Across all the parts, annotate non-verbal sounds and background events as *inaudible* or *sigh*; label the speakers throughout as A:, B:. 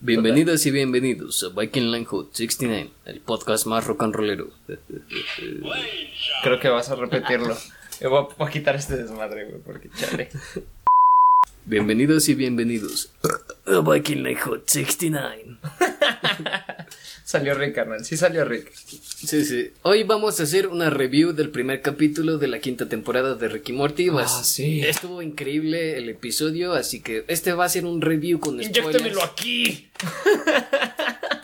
A: Bienvenidas y bienvenidos a Viking Line Hood 69, el podcast más rock and rollero. *laughs*
B: Creo que vas a repetirlo. Yo voy a, voy a quitar este desmadre, güey, porque chale.
A: Bienvenidas y bienvenidos a Viking Line Hood 69.
B: Salió Rick, carnal. Sí salió Rick.
A: Sí, sí. Hoy vamos a hacer una review del primer capítulo de la quinta temporada de Ricky Morty. Vas-
B: Ah, sí.
A: Estuvo increíble el episodio, así que este va a ser un review con spoilers.
B: aquí!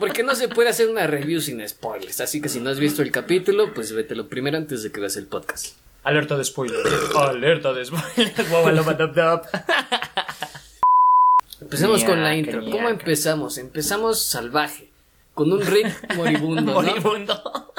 A: Porque no se puede hacer una review sin spoilers. Así que si no has visto el capítulo, pues vételo primero antes de que veas el podcast.
B: Alerta de spoiler. Alerta de spoiler. Guau, lo *laughs* matap, tap.
A: Empecemos con la
B: Ñaca,
A: intro. ¿Cómo
B: ñaca.
A: empezamos? Empezamos salvaje, con un *laughs* Rick moribundo, ¿no?
B: Moribundo.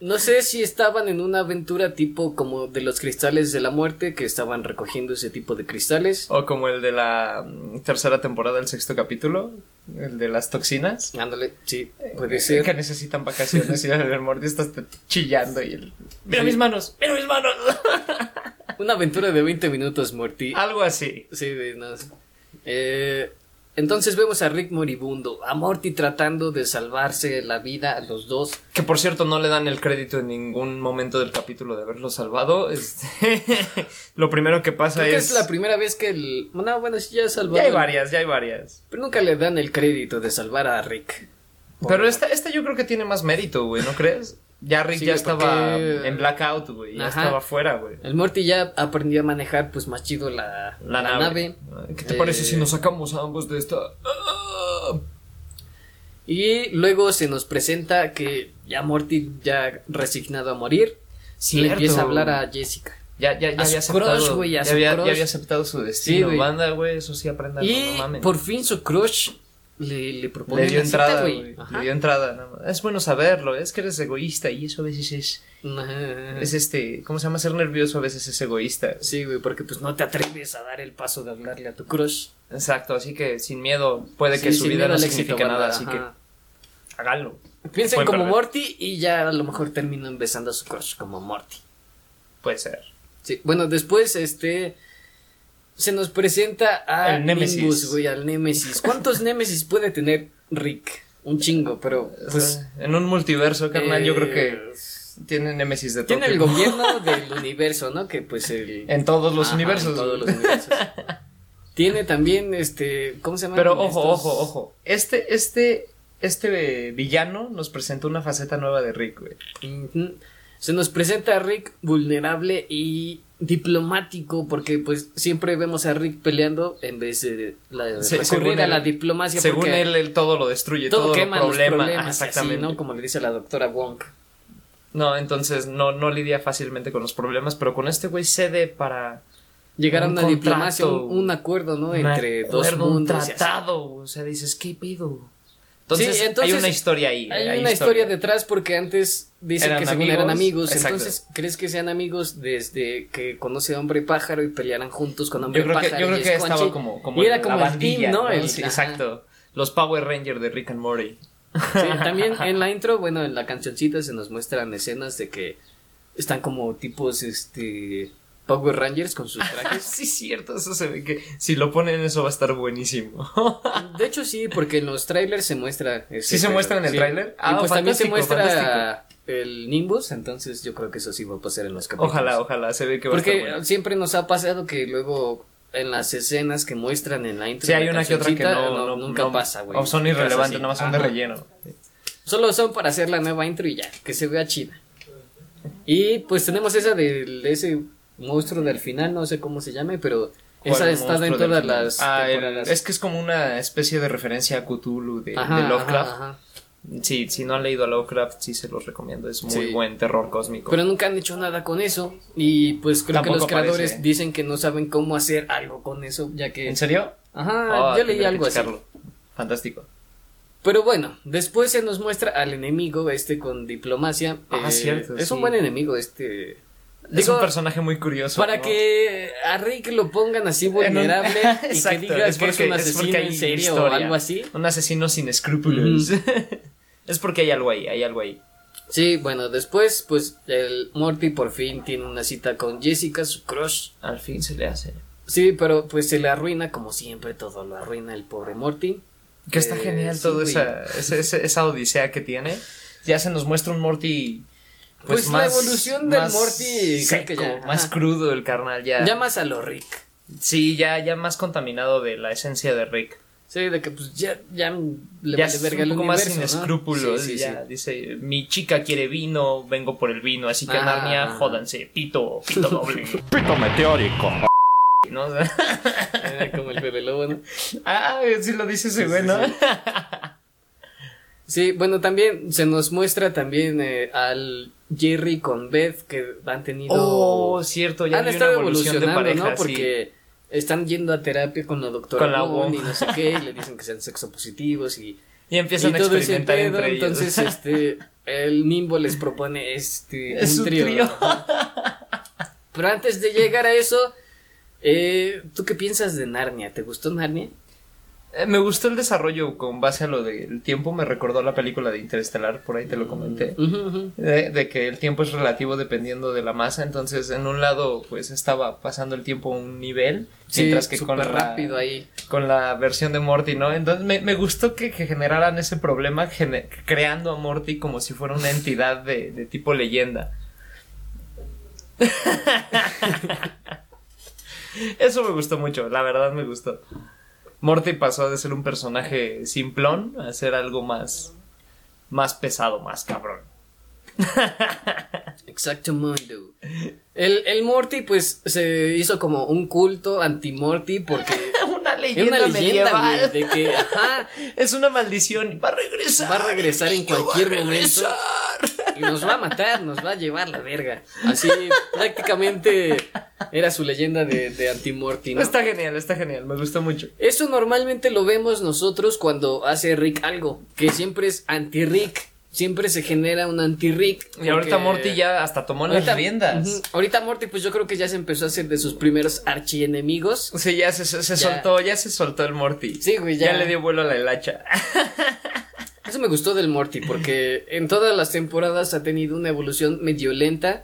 A: No sé si estaban en una aventura tipo como de los cristales de la muerte, que estaban recogiendo ese tipo de cristales.
B: O como el de la mm, tercera temporada, el sexto capítulo. El de las toxinas.
A: Ándale, sí, puede
B: Que
A: ser.
B: necesitan vacaciones y el Morty está hasta chillando y el... ¡Mira mis manos! ¡Mira mis manos!
A: Una aventura de 20 minutos, Morty.
B: Algo así.
A: Sí, de no sé. Eh, entonces vemos a Rick moribundo, a Morty tratando de salvarse la vida, los dos.
B: Que por cierto no le dan el crédito en ningún momento del capítulo de haberlo salvado. Este, *laughs* lo primero que pasa
A: Creo que
B: es...
A: es la primera vez que el... No, bueno, sí, ya salvó.
B: Ya hay varias, ya hay varias.
A: Pero nunca le dan el crédito de salvar a Rick.
B: Pero esta, esta yo creo que tiene más mérito, güey, ¿no crees? Ya Rick
A: Sí,
B: ya
A: güey,
B: estaba
A: porque-
B: en blackout, güey. Ya
A: Ajá.
B: estaba fuera, güey.
A: El Morty ya aprendió a manejar pues más chido la,
B: La,
A: la
B: nave. ¿Qué te
A: Eh,
B: parece si nos sacamos a ambos de esta? Ah.
A: Y luego se nos presenta que ya Morty ya resignado a morir, le
B: Cierto.
A: empieza a hablar a Jessica.
B: Ya, ya, ya
A: a
B: había
A: su
B: aceptado.
A: crush, güey, a
B: ya,
A: su
B: había,
A: crush.
B: ya había aceptado su
A: Sí,
B: destino.
A: güey.
B: Banda, güey, eso sí aprendan.
A: y
B: no mamen.
A: por fin su crush le, le propone
B: Le dio
A: una cita,
B: entrada,
A: güey.
B: güey.
A: Ajá.
B: Le dio entrada. nada más. Es bueno saberlo, es que eres egoísta y eso a veces es.
A: Ajá.
B: Es este. ¿Cómo se llama? Ser nervioso a veces es egoísta.
A: Sí, güey, porque pues no te atreves a dar el paso de hablarle a tu crush.
B: Exacto, así que sin miedo. Puede que
A: Sí,
B: su
A: sin
B: vida
A: miedo
B: no
A: al
B: signifique
A: éxito,
B: nada,
A: banda,
B: así
A: ajá.
B: que háganlo.
A: Piensen
B: Pueden
A: como
B: perder.
A: Morty y ya a lo mejor terminan besando a su crush como Morty.
B: Puede ser.
A: Sí, bueno, después este se nos presenta a
B: El Némesis.
A: Nimbus, güey, al Némesis. ¿Cuántos
B: *laughs*
A: Némesis puede tener Rick? Un chingo, pero pues
B: Pues, en un multiverso, carnal, yo creo
A: eh,
B: que tiene Némesis de todo.
A: tiene el
B: tipo.
A: gobierno del universo, ¿no? Que pues el
B: En todos los
A: Ajá,
B: universos.
A: en todos los universos. Tiene también este, ¿cómo se llama?
B: Pero ojo, ojo, ojo. Este, este, este eh, villano nos presenta una faceta nueva de Rick, güey.
A: Ujú. Se nos presenta a Rick vulnerable y diplomático porque pues siempre vemos a Rick peleando en vez de la,
B: Se-
A: recurrir
B: según
A: a
B: él-
A: la diplomacia
B: Según
A: porque
B: él, él todo lo destruye, todo,
A: todo
B: lo
A: quema los
B: problema.
A: problemas
B: exactamente.
A: así, ¿no? Como le dice la doctora Wong.
B: No, entonces no, no lidia fácilmente con los problemas, pero con este güey cede para
A: Llegar a
B: Un
A: una
B: contrato,
A: diplomacia, un, un acuerdo, ¿no?
B: un
A: Entre dos
B: acuerdo, un
A: mundos. y así.
B: tratado. O sea, dices, ¿qué pido? Entonces,
A: Sí, entonces,
B: hay una historia ahí.
A: Hay una historia detrás porque antes dicen
B: Eran
A: que según
B: amigos,
A: eran amigos.
B: exacto.
A: Entonces, ¿crees que sean amigos desde que conoce a Hombre Pájaro y pelearan juntos con Hombre
B: Yo creo que,
A: Pájaro?
B: yo creo
A: y
B: que
A: Squanchy?
B: estaba como, como
A: y era
B: la
A: como el
B: bandilla,
A: team, ¿no? El-
B: Sí,
A: ajá.
B: exacto. Los Power Rangers de Rick and Morty.
A: *laughs* Sí, también en la intro, bueno, en la cancioncita se nos muestran escenas de que están como tipos, este, Power Rangers con sus trajes.
B: sí, cierto, eso se ve que si lo ponen eso va a
A: *laughs*
B: estar buenísimo.
A: De hecho, sí, porque en los trailers se muestra. ese
B: ¿Sí se
A: pedo,
B: muestra en el tráiler?
A: y
B: Ah,
A: pues también se
B: fantástico,
A: muestra
B: fantástico.
A: el Nimbus, entonces yo creo que eso sí va a pasar en los capítulos.
B: ojalá, ojalá, se ve que va a
A: Porque
B: estar bueno.
A: siempre nos ha pasado que luego en las escenas que muestran en la intro.
B: Sí,
A: de
B: hay
A: la
B: una que otra que
A: cancioncita,
B: no, no-
A: nunca
B: no-
A: pasa, güey.
B: o son
A: Cosas
B: irrelevantes,
A: así.
B: nada más son de
A: Ajá.
B: relleno.
A: Solo son para hacer la nueva intro y ya, que se vea chida. Y pues tenemos esa del- de ese monstruo del final, no sé cómo se llame, pero esa
B: ¿Cuál
A: está
B: monstruo
A: en
B: del
A: todas
B: final?
A: las
B: Ah, el-
A: temporadas.
B: es que es como una especie de referencia a Cthulhu de, de
A: Ajá, ajá,
B: Lovecraft.
A: ajá.
B: Sí, si no han leído a Lovecraft, sí se los recomiendo. Es muy
A: Sí.
B: buen terror cósmico.
A: Pero nunca han hecho nada con eso. Y pues creo
B: Tampoco
A: que los creadores
B: aparece.
A: dicen que no saben cómo hacer algo con eso, ya que.
B: ¿En serio?
A: Ajá,
B: Ah,
A: yo leí
B: tendré que
A: algo así.
B: checarlo. Fantástico.
A: Pero bueno, después se nos muestra al enemigo este con diplomacia. Eh,
B: Ah, cierto,
A: Es un
B: sí.
A: buen enemigo este.
B: es
A: Digo,
B: un personaje muy curioso.
A: para
B: ¿no?
A: que a Rick lo pongan así
B: En un- *laughs*
A: vulnerable y que
B: Exacto,
A: diga
B: es
A: que es
B: porque-
A: un
B: es
A: asesino
B: porque hay
A: en serio o
B: historia.
A: algo así.
B: Un asesino sin escrúpulos. *laughs* es porque hay algo ahí, hay algo ahí.
A: Sí, bueno, después pues el Morty por fin tiene una cita con Jessica, su crush.
B: Al fin se le hace.
A: Sí, pero pues se le arruina como siempre todo, lo arruina el pobre Morty.
B: Que está
A: Eh,
B: genial
A: sí,
B: toda
A: güey.
B: esa, esa, esa- esa odisea que tiene. Ya se nos muestra un Morty.
A: Pues la evolución del Morty, creo que ya,
B: más
A: ajá.
B: crudo el carnal, ya.
A: Llamas a lo Rick.
B: Sí, ya, ya más contaminado de la esencia de Rick.
A: Sí, de que pues ya, ya le
B: ya
A: vale
B: es
A: verga
B: un
A: el
B: poco
A: universo,
B: más sin
A: ¿no?
B: escrúpulos.
A: Sí, sí,
B: ya
A: sí. *laughs*
B: Dice, mi chica quiere vino, vengo por el vino, así que
A: Ah.
B: Narnia, jódanse, pito,
A: *laughs*
B: pito doble.
C: Pito meteórico.
B: ¿no?
A: Era como el Fede Lobo, ¿no?
B: ah, sí lo dice ese
A: Sí,
B: güey,
A: sí,
B: ¿no?
A: sí. Sí, bueno, también se nos muestra también eh, al Jerry con Beth que han tenido...
B: Oh, cierto, ya
A: han
B: hay una
A: estado
B: evolución de
A: evolucionando,
B: pareja,
A: ¿no?
B: sí.
A: Porque están yendo a terapia con la doctora
B: Con la
A: Bond
B: Wong.
A: y no sé qué, y le dicen que sean sexopositivos y,
B: Y empiezan
A: y
B: a
A: todo ese
B: experimentar
A: pedo,
B: entre ellos.
A: entonces
B: *laughs*
A: este el Nimbo les propone este
B: Es
A: un
B: un
A: trío.
B: trío.
A: Ajá. Pero antes de llegar a eso, eh, ¿tú qué piensas de Narnia? ¿Te gustó Narnia?
B: Eh, me gustó el desarrollo con base a lo del tiempo, me recordó a la película de Interestelar, por ahí te lo comenté.
A: Ujú, ujú.
B: De, de que el tiempo es relativo dependiendo de la masa, entonces en un lado pues estaba pasando el tiempo a un nivel,
A: Sí,
B: mientras que con
A: súper
B: la,
A: rápido ahí.
B: con la versión de Morty, ¿no? Entonces me, me gustó que, que generaran ese problema gene- creando a Morty como si fuera una entidad de, de
A: *laughs*
B: tipo leyenda. Eso me gustó mucho, la verdad me gustó. Morty pasó de ser un personaje simplón a ser algo más, más pesado, más cabrón.
A: Exacto,
B: *laughs*
A: mundo. El, el Morty, pues, se hizo como un culto anti-Morty
B: *laughs*
A: porque
B: una
A: es
B: leyenda,
A: una leyenda, güey,
B: medieval.
A: de que, ajá,
B: Es una maldición. Va a regresar.
A: Va a regresar en
B: niño, va a
A: cualquier momento.
B: regresar.
A: y nos va a matar, nos va a llevar la verga. Así, prácticamente era su leyenda de, de anti-Morty, ¿no?
B: Está genial, está genial. Me gustó mucho.
A: Eso normalmente lo vemos nosotros cuando hace Rick algo, que siempre es anti-Rick, siempre se genera un anti-Rick.
B: Y ahorita
A: porque-
B: Morty ya hasta tomó
A: Ahorita-
B: las riendas.
A: Ujú. Ahorita Morty, pues yo creo que ya se empezó a hacer de sus primeros archienemigos.
B: Sí, ya se, se- se
A: Ya.
B: soltó, ya se soltó el Morty.
A: Sí, güey, ya.
B: Ya le dio vuelo a la hilacha.
A: Eso me gustó del Morty, porque en todas las temporadas ha tenido una evolución medio lenta.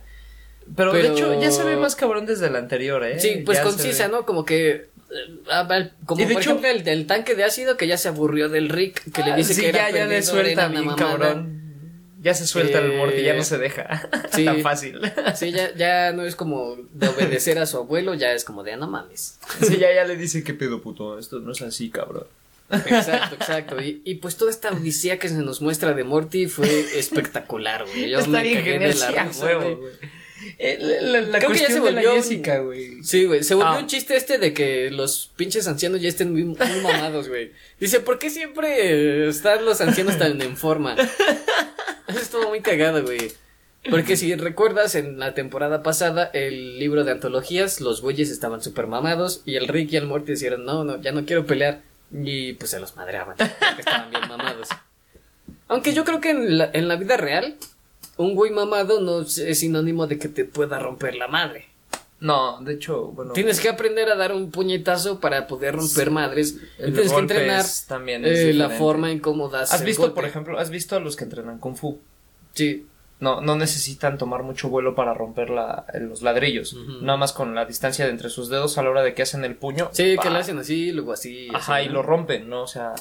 B: Pero,
A: Pero-
B: de hecho, ya se ve más cabrón desde la anterior, ¿eh?
A: Sí, pues
B: Ya se
A: concisa,
B: ve.
A: ¿no? Como que. eh, ah, va- Como
B: Y de
A: por
B: hecho-
A: ejemplo el del tanque de ácido que ya se aburrió del Rick, que le
B: Ah,
A: dice
B: sí,
A: que era
B: ya, ya le
A: perdiendo,
B: suelta
A: era una
B: bien
A: mamada.
B: cabrón. Ya se suelta el Morty, ya no se deja. *laughs*
A: sí.
B: Tan fácil.
A: Sí, ya, ya no es como de obedecer a su abuelo, ya es como de "Ah, no mames.
B: Sí, ya, ya le dice, ¿qué pedo, puto? Esto no es así, cabrón.
A: Exacto, exacto. Y, y pues toda esta odisea que se nos muestra de Morty fue espectacular, güey. Yo
B: Está
A: me
B: bien
A: cagué
B: genial,
A: de la
B: sí, a
A: risa,
B: huevo,
A: güey.
B: güey. Eh, La, la- la
A: Creo que ya
B: cuestión
A: se
B: de la
A: volvió un-
B: Jessica, güey.
A: Sí, güey, se volvió
B: Ah.
A: un chiste este de que los pinches ancianos ya estén muy, muy mamados, güey. Dice, ¿por qué siempre eh, están los ancianos tan en forma? Eso estuvo muy cagado, güey. Porque si recuerdas, en la temporada pasada, el libro de antologías, los güeyes estaban súper mamados y el Rick y el Morty dijeron, no, no, ya no quiero pelear. Y pues se los madreaban, porque estaban bien mamados. Aunque yo creo que en la, en la vida real, un güey mamado no es- es sinónimo de que te pueda romper la madre.
B: No, de hecho, bueno.
A: Tienes que aprender a dar un puñetazo para poder romper madres. Y
B: el
A: tienes que
B: golpe
A: entrenar
B: es- también es
A: eh, la
B: diferente.
A: forma en cómo das.
B: ¿Has
A: el
B: visto,
A: golpe.
B: por ejemplo, has visto a los que entrenan Kung Fu?
A: Sí.
B: No, no necesitan tomar mucho vuelo para romper la- los ladrillos.
A: Ujú.
B: Nada más con la distancia de entre sus dedos a la hora de que hacen el puño.
A: Sí,
B: ¡pa!
A: que lo hacen así, luego así.
B: Ajá,
A: así,
B: y
A: ¿no?
B: lo rompen, ¿no? O sea,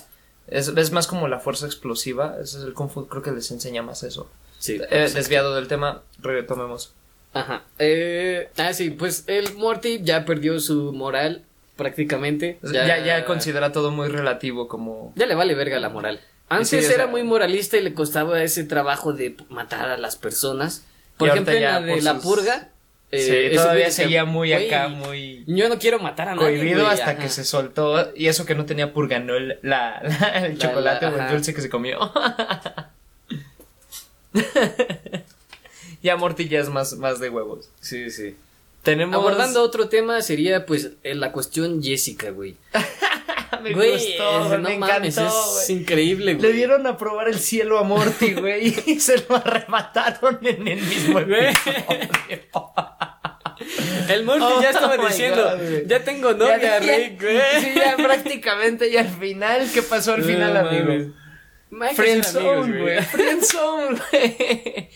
B: es, es más como la fuerza explosiva. Ese es el Kung Fu, creo que les enseña más eso.
A: Sí.
B: Eh, desviado del tema, retomemos.
A: Ajá. Eh, ah, sí, pues el Morty ya perdió su moral prácticamente.
B: Ya, ya, considera todo muy relativo como...
A: Ya le vale verga la moral. Antes
B: Sí, o sea-
A: era muy moralista y le costaba ese trabajo de matar a las personas. Por
B: Y
A: ejemplo,
B: ahorita
A: en la
B: ya
A: de
B: por
A: la
B: sus-
A: purga. eh,
B: Sí,
A: ese güey
B: todavía
A: decía,
B: seguía muy
A: "Güey,
B: acá, muy...
A: Yo no quiero matar a nadie.
B: cohibido
A: güey",
B: hasta que
A: ajá.
B: se soltó y eso que no tenía purganol la, *laughs* la-
A: La-
B: el chocolate
A: la-
B: o el
A: ajá.
B: dulce que se comió. *laughs* ya Morty ya es más, más de huevos.
A: Sí, sí.
B: Tenemos
A: Abordando otro tema sería pues eh, la cuestión Jessica, güey.
B: Ah, me
A: Güey,
B: gustó,
A: es-
B: me
A: no mames,
B: encantó.
A: es
B: güey.
A: increíble, güey.
B: Le dieron a probar el cielo a Morty, güey, y *laughs* se lo arrebataron en el mismo
A: *laughs*
B: *laughs*
A: Güey.
B: episodio.
A: El Morty ya
B: Oh
A: estaba
B: my
A: diciendo,
B: God, güey.
A: ya tengo novia,
B: Ya- ya-
A: Rick, güey.
B: *laughs* Sí, ya prácticamente y al final, ¿qué pasó al
A: No
B: final, amigo?
A: mames. Más que ser amigos,
B: Este, Friendzone, güey. Friendzone, güey.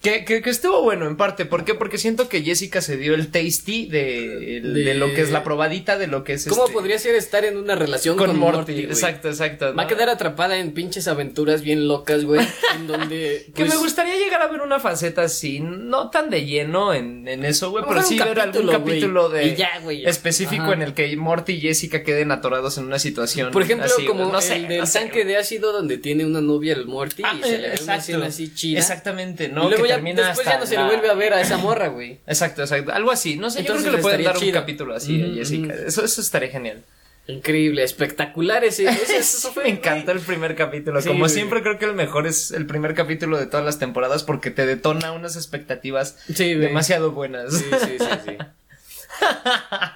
B: Que, que, que estuvo bueno, en parte. ¿Por qué? Porque siento que Jessica se dio el tasty de, el- de
A: De-
B: lo que es la probadita, de lo que es
A: ¿Cómo
B: este-
A: podría ser estar en una relación
B: con, Morty.
A: güey?
B: exacto, exacto.
A: Va a
B: ¿no?
A: quedar atrapada en pinches aventuras bien locas, güey. en donde.
B: *laughs* Que me
A: pues,
B: gustaría llegar a ver una faceta así, no tan de lleno en, en eso, güey,
A: Vamos
B: pero
A: a ver
B: sí
A: un
B: ver algún
A: capítulo, güey,
B: capítulo de
A: y ya, güey, ya.
B: específico
A: Ajá.
B: en el que Morty y Jessica queden atorados en una situación.
A: Por ejemplo,
B: así,
A: como
B: güey, no sé,
A: el del
B: no sé,
A: tanque de ácido donde tiene una novia el Morty
B: Ah,
A: y se le
B: eh,
A: ve una escena así chida.
B: Exactamente,
A: Y
B: ¿no?
A: luego
B: que
A: ya,
B: termina
A: después
B: hasta
A: ya no se le
B: la-
A: vuelve a ver a esa morra, güey.
B: Exacto, exacto. Algo así. No sé, yo
A: Entonces
B: creo que le pueden
A: estaría
B: dar un
A: chido.
B: capítulo así a
A: Ujú,
B: Jessica. Eso, eso estaría genial.
A: Increíble, espectacular ese. ese-
B: Eso
A: *laughs* eso fue,
B: *laughs* me
A: güey.
B: encantó el primer capítulo.
A: Sí,
B: Como
A: güey.
B: siempre, creo que el mejor es el primer capítulo de todas las temporadas porque te detona unas expectativas
A: Sí, güey.
B: demasiado buenas.
A: Sí, sí, sí, sí.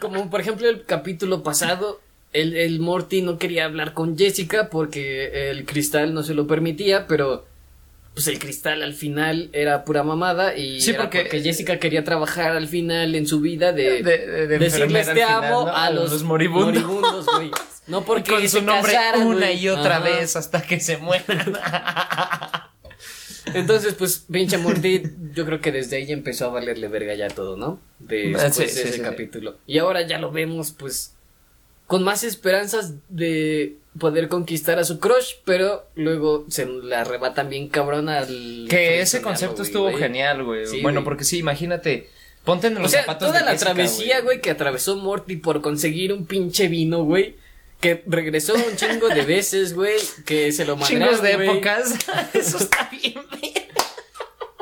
A: Como por ejemplo el capítulo pasado, el, el Morty no quería hablar con Jessica porque el cristal no se lo permitía, pero pues el cristal al final era pura mamada y
B: Sí,
A: era
B: porque-
A: porque, Jessica quería trabajar al final en su vida de,
B: *laughs* De- de- de enfermera
A: decirles
B: al
A: te
B: final,
A: amo
B: ¿no?
A: a los,
B: moribundos. *laughs*
A: moribundos, güey. No porque
B: con su
A: se
B: nombre
A: casaran,
B: una
A: güey.
B: y otra
A: Ajá.
B: vez hasta que
A: *laughs*
B: se mueran.
A: Entonces, pues, pinche Morty, yo creo que desde ahí empezó a valerle verga ya todo, ¿no? De
B: Ah,
A: después
B: sí,
A: de
B: sí,
A: ese
B: sí, sí.
A: capítulo. Y ahora ya lo vemos, pues, con más esperanzas de poder conquistar a su crush, pero luego se la arrebatan bien cabrón al...
B: que ese
A: al
B: concepto
A: güey,
B: estuvo
A: güey.
B: genial, güey.
A: Sí,
B: bueno,
A: güey.
B: porque sí, imagínate. Ponte en *laughs* los
A: O sea,
B: zapatos
A: toda
B: de
A: la
B: Jessica,
A: travesía, güey, que atravesó Morty por conseguir un pinche vino, güey. Que regresó un chingo de veces, güey. Que se lo mandaron.
B: Chingos de épocas. *laughs* Eso está bien.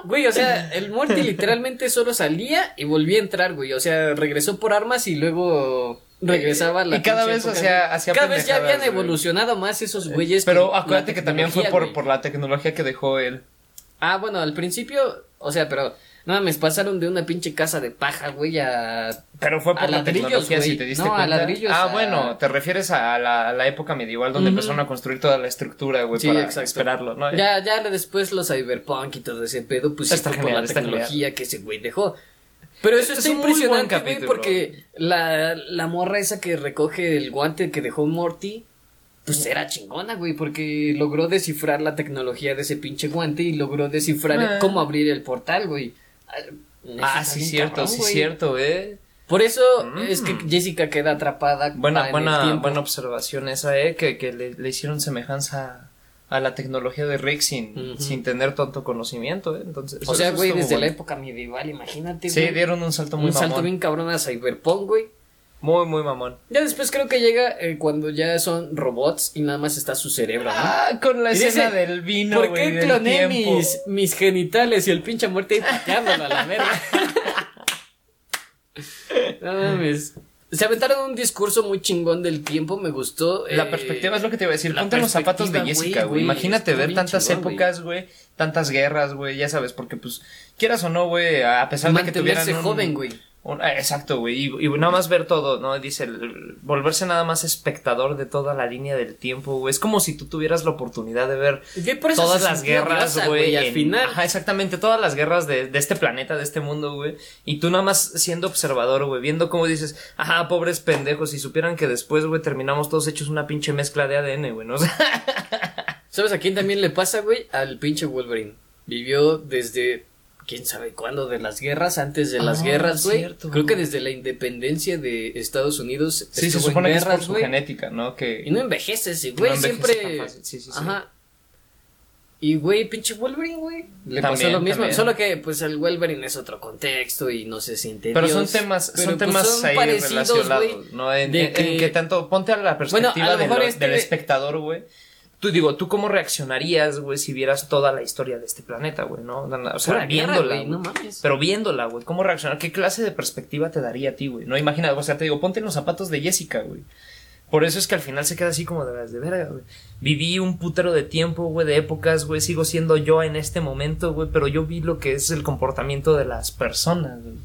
A: Güey, o sea, el Morty literalmente solo salía y volvía a entrar, güey. O sea, regresó por armas y luego regresaba a la
B: Y cada
A: pinche
B: vez
A: época,
B: hacía-
A: güey.
B: hacía
A: Cada vez ya
B: pendejadas,
A: habían
B: güey. Eh,
A: evolucionado más esos güeyes.
B: Pero
A: con la
B: acuérdate que también fue por,
A: tecnología,
B: por
A: güey.
B: la tecnología que dejó él.
A: Ah, bueno, al principio, o sea, pero no mames, pasaron de una pinche casa de paja, güey, a.
B: Pero fue por
A: A
B: la
A: ladrillos,
B: tecnología,
A: güey.
B: si te diste
A: No, a
B: cuenta.
A: ladrillos,
B: ah,
A: a-
B: bueno, te refieres a la, a la época medieval donde
A: Ujú.
B: empezaron a construir toda la estructura, güey,
A: Sí,
B: para
A: exacto.
B: esperarlo, ¿no? Ah,
A: Ya, ya después los cyberpunk y todo ese pedo, pues sí
B: Está
A: fue
B: genial,
A: por la
B: está
A: tecnología que ese güey dejó. Pero eso
B: Es
A: está
B: un muy buen
A: impresionante, güey,
B: capítulo.
A: porque la, la morra esa que recoge el guante que dejó Morty, pues
B: Mm.
A: era chingona, güey, porque logró descifrar la tecnología de ese pinche guante y logró descifrar
B: Ah.
A: cómo abrir el portal, güey.
B: Ah, sí, cierto, sí,
A: cierto.
B: cierto, eh.
A: Por eso es que
B: Mm.
A: Jessica queda atrapada.
B: Buena,
A: en el
B: buena,
A: tiempo.
B: buena observación esa, eh, que, que le, le hicieron semejanza a la tecnología de Rick sin,
A: Ujú.
B: sin tener tanto conocimiento, eh. Entonces,
A: O
B: eso-
A: sea,
B: eso
A: güey,
B: estuvo
A: desde la
B: bueno.
A: época medieval, imagínate.
B: Sí,
A: güey.
B: dieron un salto muy
A: un salto
B: mamón.
A: bien cabrón a Cyberpunk, güey.
B: Muy, muy mamón.
A: Ya después creo que llega eh, cuando ya son robots y nada más está su cerebro, ¿no?
B: Ah, con la
A: Y
B: escena
A: dice,
B: del vino,
A: ¿Por
B: güey,
A: qué
B: del
A: cloné
B: tiempo.
A: mis, mis genitales y el pinche muerte ahí pateándolo a la
B: *laughs*
A: verga? no mames. Se aventaron un discurso muy chingón del tiempo, me gustó.
B: La
A: eh,
B: perspectiva es lo que te iba a decir.
A: la
B: Ponte en los zapatos de
A: perspectiva,
B: Jessica,
A: güey, güey,
B: güey. Imagínate
A: está
B: ver
A: bien
B: tantas
A: chingón, güey.
B: épocas, güey. Tantas guerras, güey. Ya sabes, porque pues, quieras o no, güey, a pesar de que tuvieran.
A: Mantenerse
B: un-
A: joven, güey.
B: un- ah, exacto, güey. Y, y nada más ver todo, ¿no? Dice, el- volverse nada más espectador de toda la línea del tiempo, güey. Es como si tú tuvieras la oportunidad de ver
A: Y por eso
B: todas
A: se
B: las
A: sintió
B: guerras,
A: odiosa,
B: güey.
A: Al
B: en-
A: final.
B: Ajá, exactamente. Todas las guerras de, de este planeta, de este mundo, güey. Y tú nada más siendo observador, güey. Viendo cómo dices, ajá, pobres pendejos. Si supieran que después, güey, terminamos todos hechos una pinche mezcla de ADN, güey. ¿no? *laughs* O sea,
A: ¿Sabes a quién también le pasa, güey? Al pinche Wolverine. Vivió desde quién sabe cuándo de las guerras, antes de las
B: Ah,
A: guerras, güey.
B: cierto.
A: Creo que desde la independencia de Estados Unidos
B: sí, se
A: estuvo en
B: supone que es por
A: guerras,
B: su
A: güey.
B: genética, ¿no? Que.
A: Y no envejece ese
B: no
A: güey,
B: envejece tan
A: siempre
B: fácil. Sí, sí, sí.
A: Ajá. Y güey, pinche Wolverine, güey. Le pasó
B: También,
A: lo mismo,
B: también.
A: solo que pues el Wolverine es otro contexto y no se siente
B: Pero son
A: Dios.
B: temas,
A: Pero,
B: son
A: pues,
B: temas
A: son
B: ahí
A: parecidos,
B: relacionados,
A: güey,
B: ¿no? En,
A: de
B: en- en que...
A: que-
B: tanto, ponte a la
A: Bueno, a lo
B: perspectiva de
A: mejor
B: lo-
A: este
B: del
A: de-
B: espectador, güey. Tú digo, ¿tú cómo reaccionarías, güey, si vieras toda la historia de este planeta, güey, no? O sea,
A: Pura guerra,
B: viéndola,
A: güey,
B: güey.
A: no mames.
B: Pero viéndola, güey, ¿cómo reaccionar? ¿Qué clase de perspectiva te daría a ti, güey? No imaginas, o sea, te digo, ponte en los zapatos de Jessica, güey. Por eso es que al final se queda así como de las de verga, güey. Viví un putero de tiempo, güey, de épocas, güey. Sigo siendo yo en este momento, güey. Pero yo vi lo que es el comportamiento de las personas, güey.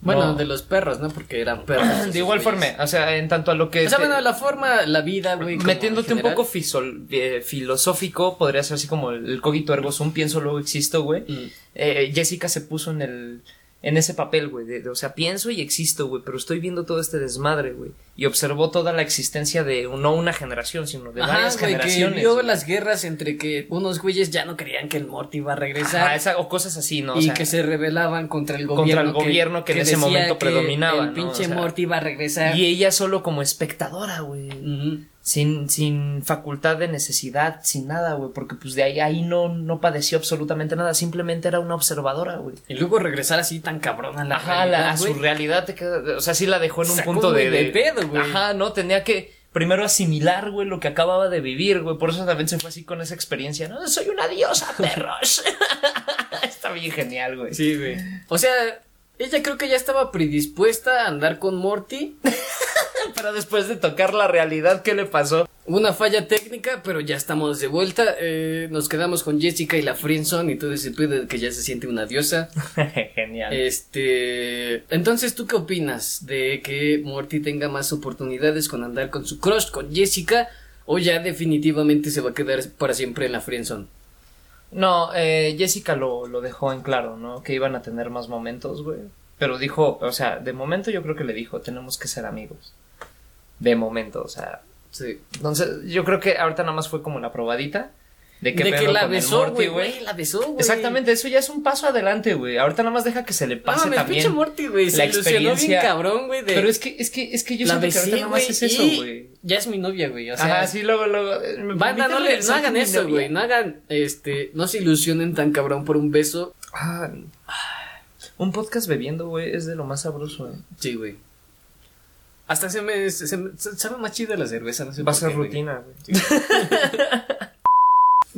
A: Bueno,
B: No.
A: de los perros, ¿no? Porque eran perros. esos
B: *coughs* De igual
A: güeyes.
B: forma, o sea, en tanto a lo que...
A: O sea,
B: este-
A: bueno, la forma, la vida, güey. como en
B: metiéndote un
A: general.
B: poco fisol- eh, filosófico, podría ser así como el, el cogito ergo sum, pienso luego existo, güey.
A: Mm.
B: Eh, Jessica se puso en el en ese papel, güey. de- de, o sea, pienso y existo, güey, pero estoy viendo todo este desmadre, güey. Y observó toda la existencia de no una generación, sino de
A: Ajá,
B: varias
A: güey,
B: generaciones.
A: que vio
B: güey.
A: las guerras entre que unos güeyes ya no querían que el Morty iba a regresar.
B: Ajá, esa- o cosas así, ¿no? O
A: y
B: sea,
A: que se rebelaban contra el gobierno.
B: Contra el gobierno que en ese
A: decía
B: momento
A: que
B: predominaba,
A: El
B: ¿no?
A: pinche
B: O sea,
A: Morty iba a regresar.
B: Y ella solo como espectadora, güey.
A: Ujú.
B: Sin, sin facultad de necesidad, sin nada, güey. Porque pues de ahí, ahí no, no padeció absolutamente nada. Simplemente era una observadora, güey.
A: Y luego regresar así tan cabrón a la
B: Ajá, a la-
A: realidad,
B: a su
A: güey.
B: realidad te queda- O sea, sí la dejó en un
A: Sacó
B: punto
A: muy
B: de,
A: de pedo, güey.
B: Ajá, no, tenía que primero asimilar, güey, lo que acababa de vivir, güey. Por eso también se fue así con esa experiencia. No, soy una *laughs* diosa, perros. Está bien genial, güey.
A: Sí, güey. O sea, ella creo que ya estaba predispuesta a andar con Morty.
B: Pero después de tocar la realidad, ¿qué le pasó? *laughs*
A: Una falla técnica, pero ya estamos de vuelta. Eh, nos quedamos con Jessica y la Friendzone y todo ese pedo de que ya se siente una diosa.
B: genial.
A: Este. Entonces, ¿tú qué opinas de que Morty tenga más oportunidades con andar con su crush, con Jessica? ¿O ya definitivamente se va a quedar para siempre en la Friendzone?
B: No, eh, Jessica lo, lo dejó en claro, ¿no? Que iban a tener más momentos, güey. Pero dijo, o sea, de momento yo creo que le dijo, tenemos que ser amigos. De momento, o sea.
A: Sí.
B: Entonces, yo creo que ahorita nada más fue como la probadita de que,
A: de
B: pedo
A: que la
B: con el
A: besó,
B: Morty,
A: güey. güey, La besó, güey.
B: Exactamente, eso ya es un paso adelante, güey. Ahorita nada más deja que se le
A: No
B: pase
A: mames, pinche
B: también.
A: Morty, güey. Se
B: la
A: ilusionó bien
B: experiencia.
A: cabrón, güey. De...
B: Pero es que, es que, es que yo
A: la
B: siento que
A: besé,
B: ahorita nada más
A: güey.
B: es eso,
A: y
B: güey.
A: Ya es mi novia, güey. O sea,
B: Ajá, sí, luego, luego. eh, ¿me
A: Banda, no,
B: permite
A: le, no
B: regresar
A: hagan
B: con mi
A: eso,
B: novia?
A: güey. No hagan, este, no se ilusionen tan cabrón por un beso.
B: Ah, un podcast bebiendo, güey, es de lo más sabroso, eh. güey.
A: Sí, güey. Hasta se me, se, se me- se- sabe más chida la cerveza, no sé
B: Va a
A: por
B: ser
A: qué, güey.
B: rutina, güey. *laughs*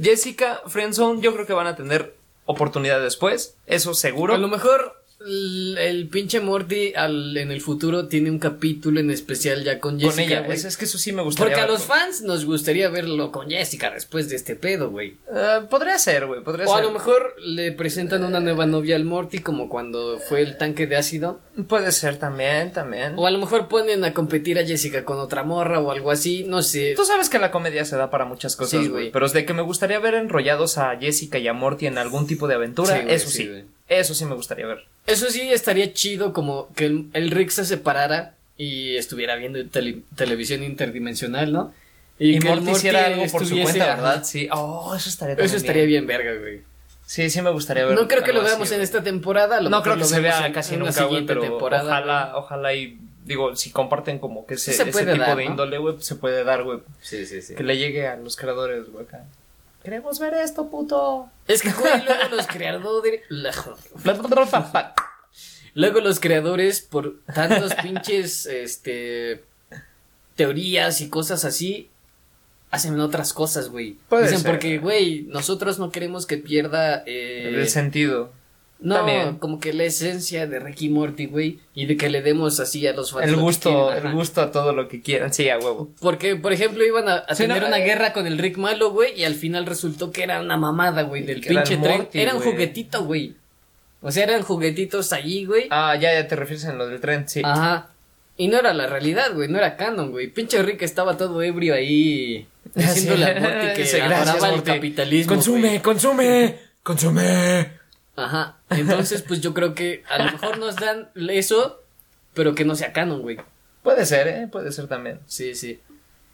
B: Jessica, Friendzone, yo creo que van a tener oportunidad después, eso seguro.
A: A lo mejor el, el pinche Morty al- en el futuro tiene un capítulo en especial ya con
B: con
A: Jessica,
B: ella,
A: güey.
B: es, es que eso sí me gustaría.
A: Porque a
B: verlo.
A: los fans nos gustaría verlo con Jessica después de este pedo, güey.
B: Eh, podría ser, güey, podría
A: O a
B: ser.
A: lo mejor le presentan una nueva novia al Morty como cuando fue el tanque de ácido.
B: Puede ser también, también.
A: O a lo mejor ponen a competir a Jessica con otra morra o algo así, no sé.
B: Tú sabes que la comedia se da para muchas cosas,
A: Sí,
B: güey.
A: güey.
B: pero es de que me gustaría ver enrollados a Jessica y a Morty en algún tipo de aventura,
A: Sí, güey,
B: eso
A: sí,
B: sí.
A: güey.
B: eso sí me gustaría ver.
A: Eso sí, estaría chido como que el, el Rick se separara y estuviera viendo tele- televisión interdimensional, ¿no?
B: Y,
A: que el
B: Morty, hiciera algo por su
A: estuviese-
B: cuenta,
A: ajá.
B: ¿verdad? Sí. Oh, eso estaría también
A: Eso estaría bien, verga, güey.
B: Sí, sí me gustaría ver.
A: No creo que
B: algo
A: lo veamos
B: así,
A: en
B: güey.
A: esta temporada. a lo
B: no
A: mejor
B: creo que
A: lo
B: se
A: vemos
B: vea
A: en-
B: casi
A: en una
B: nunca, güey,
A: siguiente
B: pero
A: temporada.
B: ojalá, ojalá y digo, si comparten como que ese,
A: Sí se
B: ese
A: puede
B: tipo
A: dar,
B: de
A: ¿no?
B: índole, güey, se puede dar, güey,
A: Sí, sí, sí.
B: que le llegue a los creadores, güey, acá. Queremos ver esto, puto.
A: Es que, güey, luego los creadores... la-
B: Ajá,
A: Luego los creadores, por tantos pinches, *laughs* este, teorías y cosas así, hacen otras cosas, güey.
B: Puede
A: Dicen
B: ser.
A: porque, güey, nosotros no queremos que pierda, eh,
B: El sentido.
A: no,
B: también.
A: como que la esencia de Ricky Morty, güey, y de que le demos así a los fans.
B: El
A: pues lo que
B: gusto,
A: quieren,
B: el
A: ajá.
B: gusto a todo lo que quieran. Sí, a huevo.
A: Porque, por ejemplo, iban a, a
B: Sí,
A: tener
B: no,
A: una
B: eh.
A: guerra con el Rick malo, güey, y al final resultó que era una mamada, güey, del
B: Que era el
A: pinche tren.
B: Morty,
A: era un
B: güey.
A: juguetito, güey. O sea, eran juguetitos allí, güey.
B: Ah, ya, ya te refieres en lo del tren, sí.
A: Ajá. Y no era la realidad, güey, no era canon, güey. Pinche Rick estaba todo ebrio ahí diciéndole
B: *laughs*
A: a Morty que
B: Sí, Ah, gracias,
A: adoraba el
B: Morty.
A: capitalismo.
B: Consume,
A: güey.
B: consume, consume.
A: Ajá. Entonces, pues yo creo que a lo mejor nos dan eso, pero que no sea canon, güey.
B: Puede ser, eh, puede ser también.
A: Sí, sí.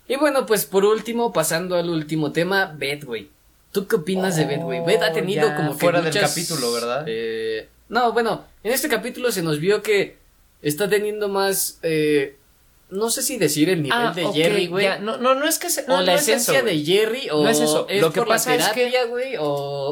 A: Y bueno, pues por último, pasando al último tema, Beth, güey. ¿Tú qué opinas de Beth, güey? Beth ha
B: Oh,
A: tenido
B: ya,
A: como que
B: fuera del
A: muchas,
B: capítulo, ¿verdad?
A: eh, no, bueno, en este capítulo se nos vio que está teniendo más, eh, no sé si decir el nivel de
B: Ah, ok,
A: Jerry, güey.
B: ya, No, no, no es que se, no,
A: o la
B: no es
A: esencia
B: eso, güey.
A: de Jerry, o
B: No es eso. Lo que
A: por
B: pasa es
A: la
B: que-
A: terapia, güey, o,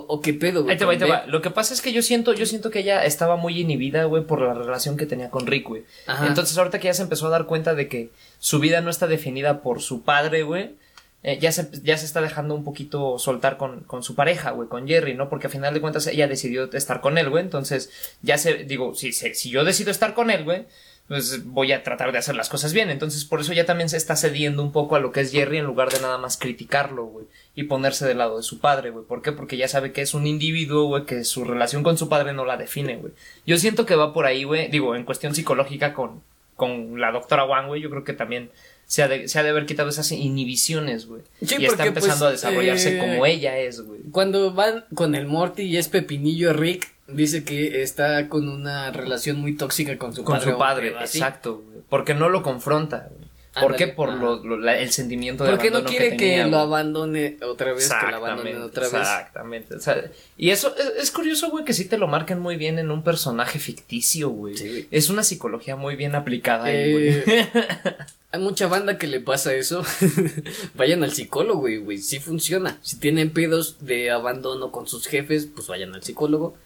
A: o qué pedo, güey.
B: Ahí te va, ahí
A: con
B: te va.
A: Beth?
B: Lo que pasa es que yo siento, yo siento que ella estaba muy inhibida, güey, por la relación que tenía con Rick, güey.
A: Ajá.
B: Entonces, ahorita que ya se empezó a dar cuenta de que su vida no está definida por su padre, güey. eh, ya, se, ya se está dejando un poquito soltar con, con su pareja, güey, con Jerry, ¿no? Porque a final de cuentas ella decidió estar con él, güey. Entonces, ya se, digo, si, se- si yo decido estar con él, güey, pues voy a tratar de hacer las cosas bien. Entonces, por eso ya también se está cediendo un poco a lo que es Jerry en lugar de nada más criticarlo, güey. Y ponerse del lado de su padre, güey. ¿Por qué? Porque ya sabe que es un individuo, güey, que su relación con su padre no la define, güey. Yo siento que va por ahí, güey. Digo, en cuestión psicológica con, con la doctora Wang, güey, yo creo que también se ha de, se ha de haber quitado esas inhibiciones, güey.
A: Sí,
B: y está
A: porque, pues,
B: empezando a desarrollarse
A: eh,
B: como ella es, güey.
A: Cuando van con el Morty y es Pepinillo Rick, dice que está con una relación muy tóxica con su
B: con
A: padre.
B: su padre,
A: güey, así.
B: exacto, güey, porque no lo confronta, güey. ¿Por
A: Ándale,
B: qué? Por
A: ajá.
B: lo- lo- la- el sentimiento de
A: Porque no
B: abandono
A: quiere que,
B: tenía,
A: lo
B: güey.
A: abandone otra vez, que lo abandone otra vez.
B: Exactamente. O sea, y eso es, es curioso, güey, que sí te lo marquen muy bien en un personaje ficticio, güey.
A: Sí, güey.
B: Es una psicología muy bien aplicada, ahí, *laughs* güey.
A: Eh, *laughs* hay mucha banda que le pasa eso. *laughs* vayan al psicólogo, güey, güey. Sí funciona. Si tienen pedos de abandono con sus jefes, pues vayan al psicólogo.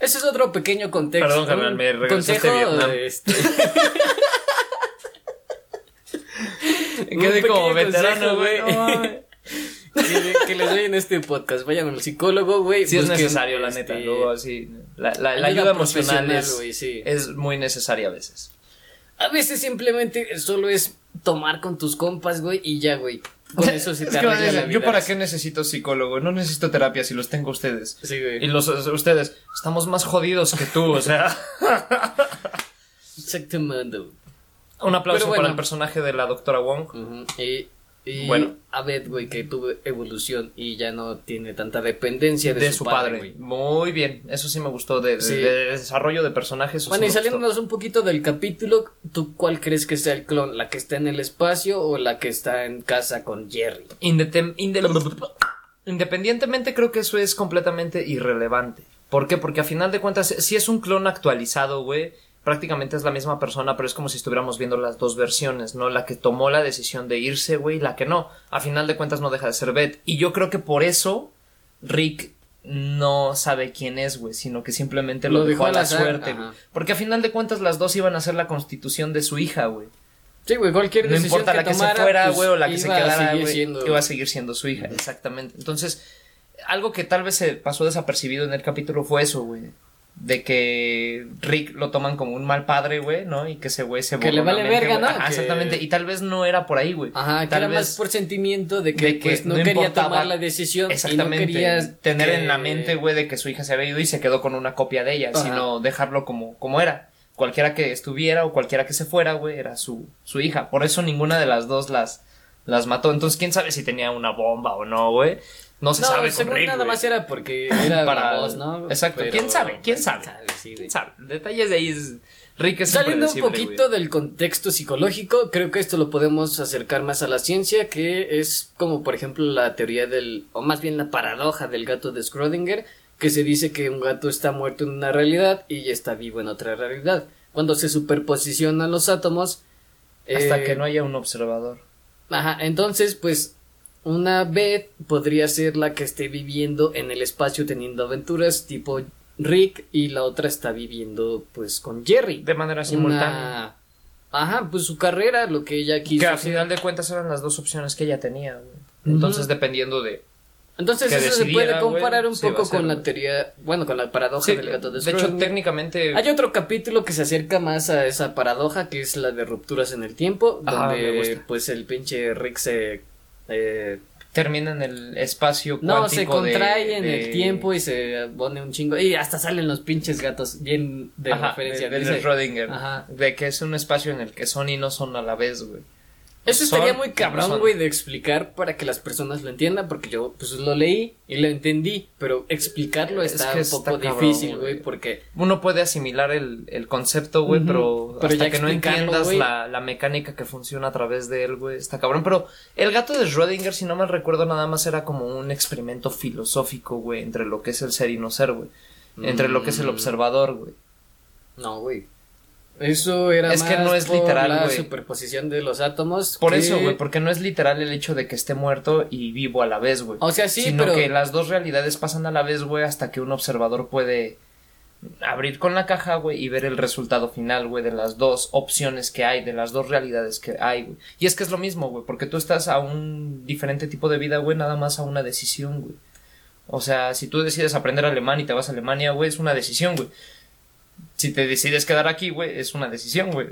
A: Ese es otro pequeño contexto.
B: Perdón, carnal,
A: un
B: me regresaste
A: consejo,
B: a Vietnam. *laughs*
A: este, Un
B: Quedé como
A: pequeño consejo,
B: veterano, güey.
A: güey. que, que les doy en este podcast. Vayan al psicólogo, güey.
B: *laughs* sí es
A: busquen,
B: necesario, la
A: este,
B: neta. Luego, así, la, la- la
A: ayuda
B: ayuda emocional
A: profesional,
B: es,
A: güey, sí.
B: es muy necesaria a veces.
A: A veces simplemente solo es tomar con tus compas, güey, y ya, güey. *laughs* Con eso se
B: *laughs* Es
A: te
B: que van a
A: arregla la
B: decir,
A: vida.
B: ¿Yo para qué necesito psicólogo? No necesito terapia si los tengo ustedes.
A: Sí, güey.
B: Y los ustedes, estamos más jodidos que tú, o sea. *laughs*
A: Exactamente.
B: Un aplauso
A: Pero bueno.
B: para el personaje de la doctora Wong.
A: Ujú, Y, y
B: Bueno.
A: Abed, güey, que tuvo evolución y ya no tiene tanta dependencia de,
B: de su padre.
A: güey.
B: Muy bien, eso sí me gustó. De, de-
A: Sí.
B: de desarrollo de personajes. eso
A: Bueno,
B: sí
A: y
B: me gustó.
A: saliéndonos un poquito del capítulo, ¿tú cuál crees que sea el clon? ¿La que está en el espacio o la que está en casa con Jerry?
B: Indete- inde- Independientemente, creo que eso es completamente irrelevante. ¿Por qué? Porque a final de cuentas, si es un clon actualizado, güey, prácticamente es la misma persona, pero es como si estuviéramos viendo las dos versiones, ¿no? La que tomó la decisión de irse, güey, y la que no. A final de cuentas, no deja de ser Beth. Y yo creo que por eso Rick no sabe quién es, güey, sino que simplemente lo, dejó, a la
A: azar,
B: suerte,
A: ajá.
B: güey. Porque a final de cuentas, las dos iban a hacer la constitución de su hija, güey.
A: Sí, güey, cualquier
B: No
A: decisión
B: importa
A: que
B: la que
A: tomara,
B: se fuera,
A: pues,
B: güey, o la que se
A: iba a
B: quedara,
A: seguir
B: güey,
A: siendo-
B: iba a seguir siendo su hija, exactamente. Entonces, algo que tal vez se pasó desapercibido en el capítulo fue eso, güey. De que Rick lo toman como un mal padre, güey, ¿no? Y que ese güey se
A: Que
B: borró
A: le
B: la
A: vale
B: mente,
A: verga,
B: güey.
A: ¿no?
B: Ajá,
A: Que-
B: Exactamente. Y tal vez no era por ahí, güey.
A: Ajá, que
B: tal
A: era más por sentimiento de que,
B: de que
A: pues, no,
B: no
A: quería
B: importaba-
A: tomar la decisión
B: Exactamente.
A: y no quería
B: tener
A: que-
B: en la mente, güey, de que su hija se había ido y se quedó con una copia de ella,
A: Ajá.
B: sino dejarlo como, como era. Cualquiera que estuviera o cualquiera que se fuera, güey, era su, su hija. Por eso ninguna de las dos las, las mató. Entonces, quién sabe si tenía una bomba o no, güey. No se
A: No,
B: sabe con
A: según
B: Rick,
A: nada
B: güey.
A: más era
B: *laughs*
A: porque era
B: Para-
A: la voz, ¿no?
B: Exacto,
A: Pero-
B: ¿quién sabe? ¿Quién sabe?
A: sí, güey.
B: ¿Quién sabe? Detalles de ahí es... Rick es
A: Saliendo un
B: impredecible,
A: poquito
B: güey.
A: del contexto psicológico, creo que esto lo podemos acercar más a la ciencia, que es como por ejemplo la teoría del, o más bien la paradoja del gato de Schrödinger, que se dice que un gato está muerto en una realidad y ya está vivo en otra realidad. Cuando se superposicionan los átomos...
B: Hasta
A: eh,
B: que no haya un observador.
A: Ajá, entonces pues una Beth podría ser la que esté viviendo en el espacio teniendo aventuras tipo Rick y la otra está viviendo pues con Jerry
B: De manera simultánea.
A: una... Ajá, pues su carrera, lo que ella quiso.
B: Que al
A: hacer.
B: final de cuentas eran las dos opciones que ella tenía, güey.
A: Ujú.
B: Entonces, dependiendo de
A: Entonces
B: que
A: eso se puede
B: decidiera,
A: comparar
B: güey,
A: un
B: sí va
A: poco
B: a ser,
A: con la
B: güey.
A: teoría, bueno, con la paradoja
B: Sí,
A: del gato de
B: de hecho,
A: Schrödinger.
B: técnicamente.
A: Hay otro capítulo que se acerca más a esa paradoja, que es la de rupturas en el tiempo,
B: Ah, me
A: donde
B: gusta.
A: pues el pinche Rick se... eh,
B: Termina en el espacio cuántico.
A: no, se contrae
B: de-
A: en
B: de-
A: el tiempo y se pone un chingo. Y hasta salen los pinches gatos bien de
B: Ajá,
A: referencia.
B: de- de
A: dice.
B: Schrödinger.
A: Ajá.
B: De que es un espacio en el que son y no son a la vez, güey.
A: Eso
B: Son
A: estaría muy cabrón,
B: personas.
A: güey, de explicar para que las personas lo entiendan, porque yo pues lo leí y lo entendí, pero explicarlo
B: Es
A: está
B: que
A: un poco
B: está cabrón,
A: difícil, güey,
B: güey.
A: porque
B: Uno puede asimilar el, el concepto, güey,
A: Ujú,
B: pero,
A: pero ya
B: hasta que no
A: explicarlo,
B: entiendas
A: güey.
B: la, la mecánica que funciona a través de él, güey, está cabrón. Pero el gato de Schrödinger, si no mal recuerdo, nada más era como un experimento filosófico, güey, entre lo que es el ser y no ser, güey. Entre lo que es el
A: Mm.
B: observador, güey.
A: no, güey. Eso era
B: Es que
A: más
B: no es
A: por
B: literal,
A: la
B: güey.
A: superposición de los átomos.
B: Por
A: que-
B: eso, güey, porque no es literal el hecho de que esté muerto y vivo a la vez, güey.
A: O sea, sí,
B: sino
A: pero
B: que las dos realidades pasan a la vez, güey, hasta que un observador puede abrir con la caja, güey, y ver el resultado final, güey, de las dos opciones que hay, de las dos realidades que hay, güey. Y es que es lo mismo, güey, porque tú estás a un diferente tipo de vida, güey, nada más a una decisión, güey. O sea, si tú decides aprender alemán y te vas a Alemania, güey, es una decisión, güey. Si te decides quedar aquí, güey, es una decisión, güey.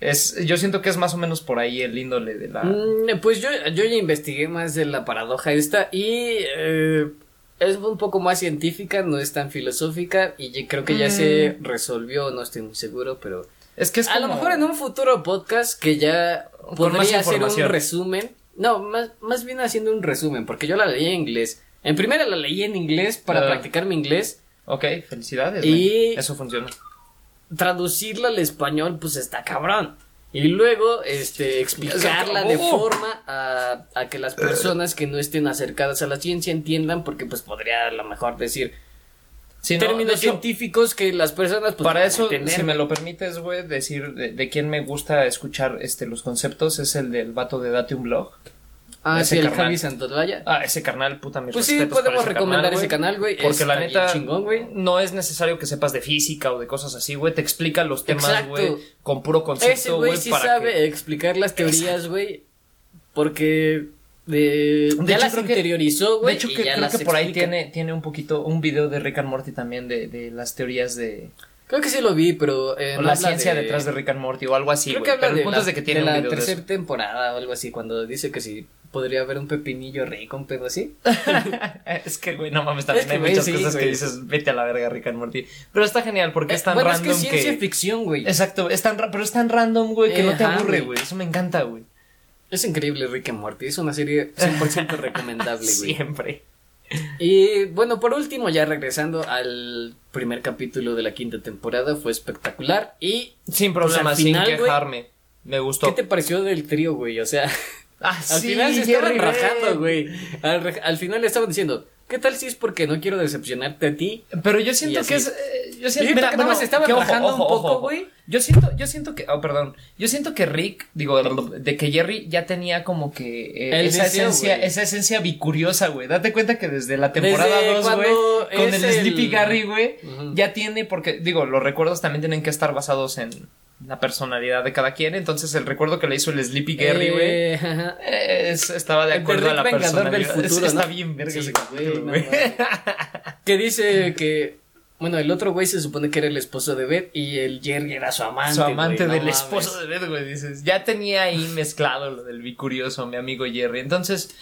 B: Es, yo siento que es más o menos por ahí el índole de la...
A: Mm, pues yo, yo ya investigué más de la paradoja esta y eh, es un poco más científica, no es tan filosófica y yo creo que ya
B: Mm.
A: se resolvió, no estoy muy seguro, pero
B: Es que es
A: A lo
B: como-
A: mejor en un futuro podcast que ya
B: Con más
A: podría hacer un
B: información.
A: resumen. No, más, más bien haciendo un resumen, porque yo la leí en inglés. En primera la leí en inglés para
B: Ah.
A: practicar mi inglés.
B: Ok, felicidades.
A: Y-
B: Y... Eso funciona.
A: Traducirla al español, pues está cabrón. Y luego, este, explicarla de
B: acabó.
A: forma a, a que las personas que no estén acercadas a la ciencia entiendan, porque pues podría a lo mejor decir
B: Sí, no, de
A: términos
B: hecho,
A: científicos que las personas pues,
B: para
A: van a
B: eso,
A: entender.
B: si me lo permites, güey, decir de, de quién me gusta escuchar este los conceptos es el del vato de Date un Blog.
A: Ah, sí,
B: ese
A: el
B: carnal.
A: Javi Santoraya.
B: Ah, ese carnal, puta, mis
A: Pues sí,
B: respetos para
A: podemos
B: ese
A: recomendar
B: güey,
A: ese canal, güey,
B: Porque
A: está
B: la
A: bien
B: neta,
A: chingón, güey.
B: no es necesario que sepas de física o de cosas así, güey. Te explica los temas,
A: Exacto.
B: güey, con puro
A: Ese
B: concepto,
A: güey
B: güey,
A: sí
B: para
A: sabe
B: que-
A: explicar las teorías, güey. Porque de,
B: De
A: ya
B: hecho,
A: las
B: creo que-
A: interiorizó,
B: De
A: güey.
B: hecho,
A: y
B: que,
A: ya
B: creo
A: las
B: que por ahí
A: explica.
B: tiene, tiene un poquito, un video de Rick and Morty también, de, de las teorías de...
A: Creo que sí lo vi, pero. eh,
B: o
A: no
B: la
A: habla
B: ciencia
A: de-
B: detrás de Rick and Morty o algo así,
A: Creo
B: güey.
A: que habla
B: Pero
A: de
B: el punto
A: la,
B: es de que tiene
A: de
B: un
A: la
B: video de
A: tercera
B: eso.
A: temporada o algo así, cuando dice que sí podría haber un pepinillo rey con pedo así.
B: *laughs* Es que, güey, no mames,
A: Es
B: también
A: que,
B: hay
A: güey,
B: muchas
A: sí,
B: cosas
A: güey.
B: que dices, vete a la verga, Rick and Morty. Pero está genial porque es
A: Eh,
B: tan
A: bueno, es
B: random
A: que es ciencia ficción, güey. Es...
B: Exacto, es tan ra- pero es tan random, güey, que no te
A: Ajá,
B: aburre,
A: güey.
B: güey. Eso me encanta, güey.
A: increíble, Rick and Morty. Es una serie
B: *laughs*
A: 100% recomendable, güey.
B: Siempre.
A: Y bueno, por último, ya regresando al primer capítulo de la quinta temporada, fue espectacular. Y,
B: Sin
A: Pues,
B: problema,
A: al final,
B: sin
A: güey,
B: quejarme. Me
A: ¿qué
B: gustó.
A: te pareció del trío, güey?
B: *laughs*
A: O sea.
B: Ah,
A: Al
B: sí,
A: final se estaban
B: Jerry,
A: rajando, güey. Al, re- al final le estaban diciendo, ¿qué tal si es porque no quiero decepcionarte a ti?
B: Pero yo
A: Y
B: siento
A: así.
B: que es. eh, Yo
A: siento
B: siento, mira,
A: que nada
B: bueno,
A: más estaban
B: que ojo,
A: rajando un
B: ojo,
A: poco,
B: ojo.
A: güey.
B: Yo siento, yo siento que. Oh, perdón. Yo siento que Rick, digo, de que Jerry ya tenía como que. eh,
A: El
B: esa
A: deseo,
B: esencia,
A: güey.
B: esa esencia bicuriosa, güey. Date cuenta que desde la temporada
A: Desde
B: 2, güey.
A: cuando
B: Con
A: es
B: el, Sleepy
A: el-
B: Gary, güey.
A: Ujú.
B: Ya tiene, porque, digo, los recuerdos también tienen que estar basados en la personalidad de cada quien. Entonces, el recuerdo que le hizo el Sleepy Gary, güey.
A: Eh, *laughs* ajá.
B: Es- estaba de
A: El
B: acuerdo a
A: Rick
B: la
A: Vengador
B: personalidad. *laughs*
A: del futuro,
B: Es que
A: ¿no?
B: Está bien verga
A: Sí,
B: ese
A: güey,
B: capítulo,
A: no
B: güey.
A: mames. Que dice que, bueno, el otro güey se supone que era el esposo de Beth y el Jerry era su amante.
B: Su amante
A: güey, no
B: del
A: mames.
B: esposo de Beth, güey, dices. Ya tenía ahí mezclado lo del bicurioso, mi amigo Jerry. Entonces,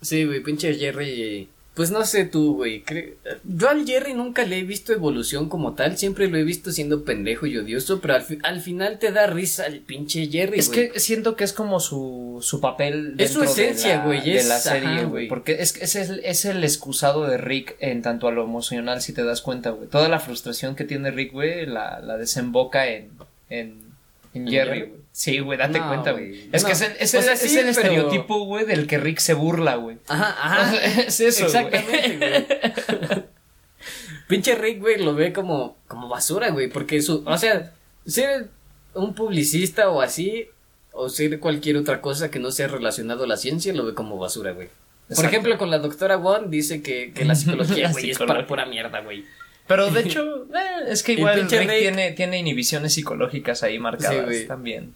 A: Sí, güey, pinche Jerry. Pues no sé tú, güey. cre- Yo al Jerry nunca le he visto evolución como tal. Siempre lo he visto siendo pendejo y odioso. Pero al, fi- al final te da risa el pinche Jerry,
B: es
A: güey.
B: que siento que es como su, su papel.
A: Es su
B: dentro de
A: esencia,
B: la-
A: güey,
B: De,
A: es-
B: la
A: ajá,
B: serie,
A: güey.
B: güey. Porque es, es, el, es el excusado de Rick en tanto a lo emocional, si te das cuenta, güey. Toda la frustración que tiene Rick, güey, la, la desemboca en, en, en
A: ¿En
B: Jerry,
A: Jerry?
B: güey. Sí, güey, date
A: No,
B: cuenta,
A: güey,
B: güey. Es
A: no.
B: que es el, es
A: O
B: el-
A: sea,
B: es
A: sí,
B: el
A: pero-
B: estereotipo, güey, del que Rick se burla, güey.
A: Ajá, ajá.
B: *laughs* Es eso, güey.
A: Exactamente, güey. *laughs* Pinche Rick, güey, lo ve como, como basura, güey, porque su, o sea, ser un publicista o así, o ser cualquier otra cosa que no sea relacionado a la ciencia, lo ve como basura, güey. Por
B: Exacto.
A: ejemplo, con la doctora Wong dice que, que la psicología,
B: *laughs* La
A: güey, es
B: psicología.
A: para pura mierda, güey.
B: Pero *laughs* de hecho, eh, es que
A: El
B: igual Rick
A: pinche Rick-
B: tiene, tiene inhibiciones psicológicas ahí marcadas
A: güey.
B: también.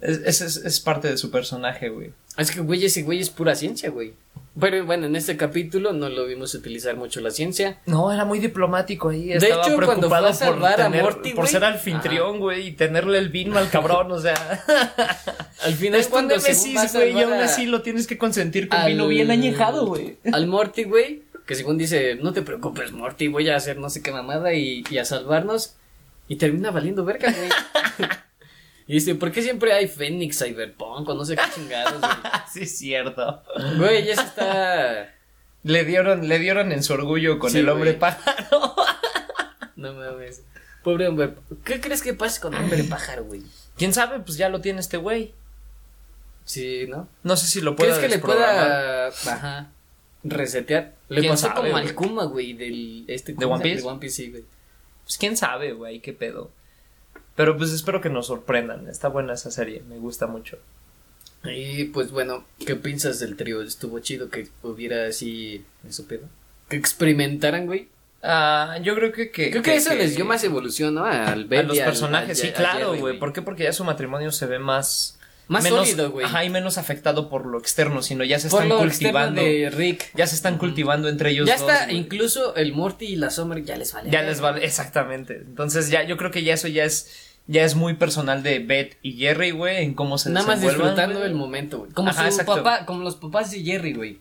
B: Es, es, es- es parte de su personaje, güey.
A: Es que, güey, ese güey es pura ciencia, güey. Pero bueno, en este capítulo no lo vimos utilizar mucho la ciencia.
B: No, era muy diplomático ahí.
A: De
B: estaba
A: hecho, cuando fue
B: preocupado
A: a salvar
B: por,
A: a
B: tener-
A: Morty,
B: por
A: güey.
B: ser anfitrión, güey, y tenerle el vino al cabrón, o *laughs* sea.
A: Al final,
B: Es
A: es cuando
B: cuando
A: se
B: Nemesis, güey, y aún así lo tienes que consentir con vino bien añejado, *laughs* güey.
A: Al Morty, güey, que según dice, no te preocupes, Morty, voy a hacer no sé qué mamada y, y a salvarnos. Y termina valiendo verga, güey. *laughs* y dice, ¿por qué siempre hay Fénix, Cyberpunk o no sé qué chingados, güey?
B: Así Ah, es cierto.
A: Güey, ya se está...
B: Le dieron, le dieron en su orgullo con
A: Sí,
B: el hombre
A: güey.
B: paja.
A: No mames. Pobre hombre. ¿Qué crees que pasa con hombre pájaro, güey?
B: ¿Quién sabe? Pues ya lo tiene este güey.
A: Sí, ¿no?
B: No sé si lo puede
A: ¿Crees que le pueda... Ajá. Resetear. Le
B: ¿Quién
A: pasó
B: sabe,
A: como al
B: güey?
A: Kuma, güey, del... Este,
B: ¿De
A: ¿cómo
B: One
A: se llama?
B: Piece?
A: De One Piece, sí, güey.
B: Pues quién sabe, güey, qué pedo. Pero pues espero que nos sorprendan. Está buena esa serie, me gusta mucho.
A: Y pues bueno, ¿qué piensas del trío? Estuvo chido que hubiera así eso pedo. Que experimentaran, güey.
B: Ah, yo creo que... que
A: Creo que, eso les dio más evolución, ¿no? Al
B: A
A: Betty,
B: los
A: al-
B: personajes,
A: al-
B: sí,
A: a
B: claro,
A: Jerry,
B: güey. ¿Por qué? Porque ya su matrimonio se ve más...
A: Más
B: menos-
A: sólido, güey.
B: Ajá, y menos afectado por lo externo, sino ya se
A: Por
B: están
A: lo externo
B: cultivando.
A: de Rick.
B: Ya se están cultivando entre ellos
A: ya
B: dos,
A: está,
B: güey.
A: incluso el Morty y la Sombra ya les vale.
B: Ya les vale, exactamente. Entonces ya, yo creo que ya eso ya es... Ya es muy personal de Beth y Jerry, güey, en cómo se
A: Nada más
B: desenvuelvan,
A: disfrutando
B: güey.
A: el momento, güey. Como
B: Ajá,
A: su
B: exacto.
A: papá, como los papás de Jerry, güey.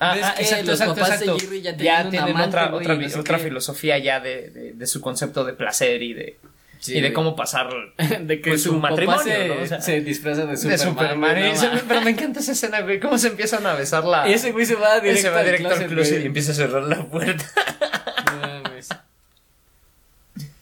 B: Ah,
A: ¿Ves
B: ah,
A: que
B: exacto,
A: los
B: exacto,
A: papás de
B: exacto.
A: Jerry ya
B: ya
A: tenían un
B: tienen
A: amante,
B: otra,
A: güey,
B: otra,
A: y no
B: vi-
A: sé
B: otra
A: qué?
B: filosofía ya de, de, de su concepto de placer y de,
A: Sí,
B: y de
A: güey.
B: cómo pasar
A: *laughs* De que
B: pues,
A: su,
B: su
A: papá
B: matrimonio,
A: se,
B: ¿no? O sea,
A: se disfraza de
B: de
A: Superman.
B: Superman.
A: güey,
B: y
A: no
B: se-
A: mames.
B: pero me encanta esa escena, güey. Cómo se empiezan a besar la.
A: Y ese güey se va directo,
B: ese va
A: al
B: directo al
A: closet,
B: closet
A: güey.
B: y empieza a cerrar la puerta. *laughs*
A: No mames.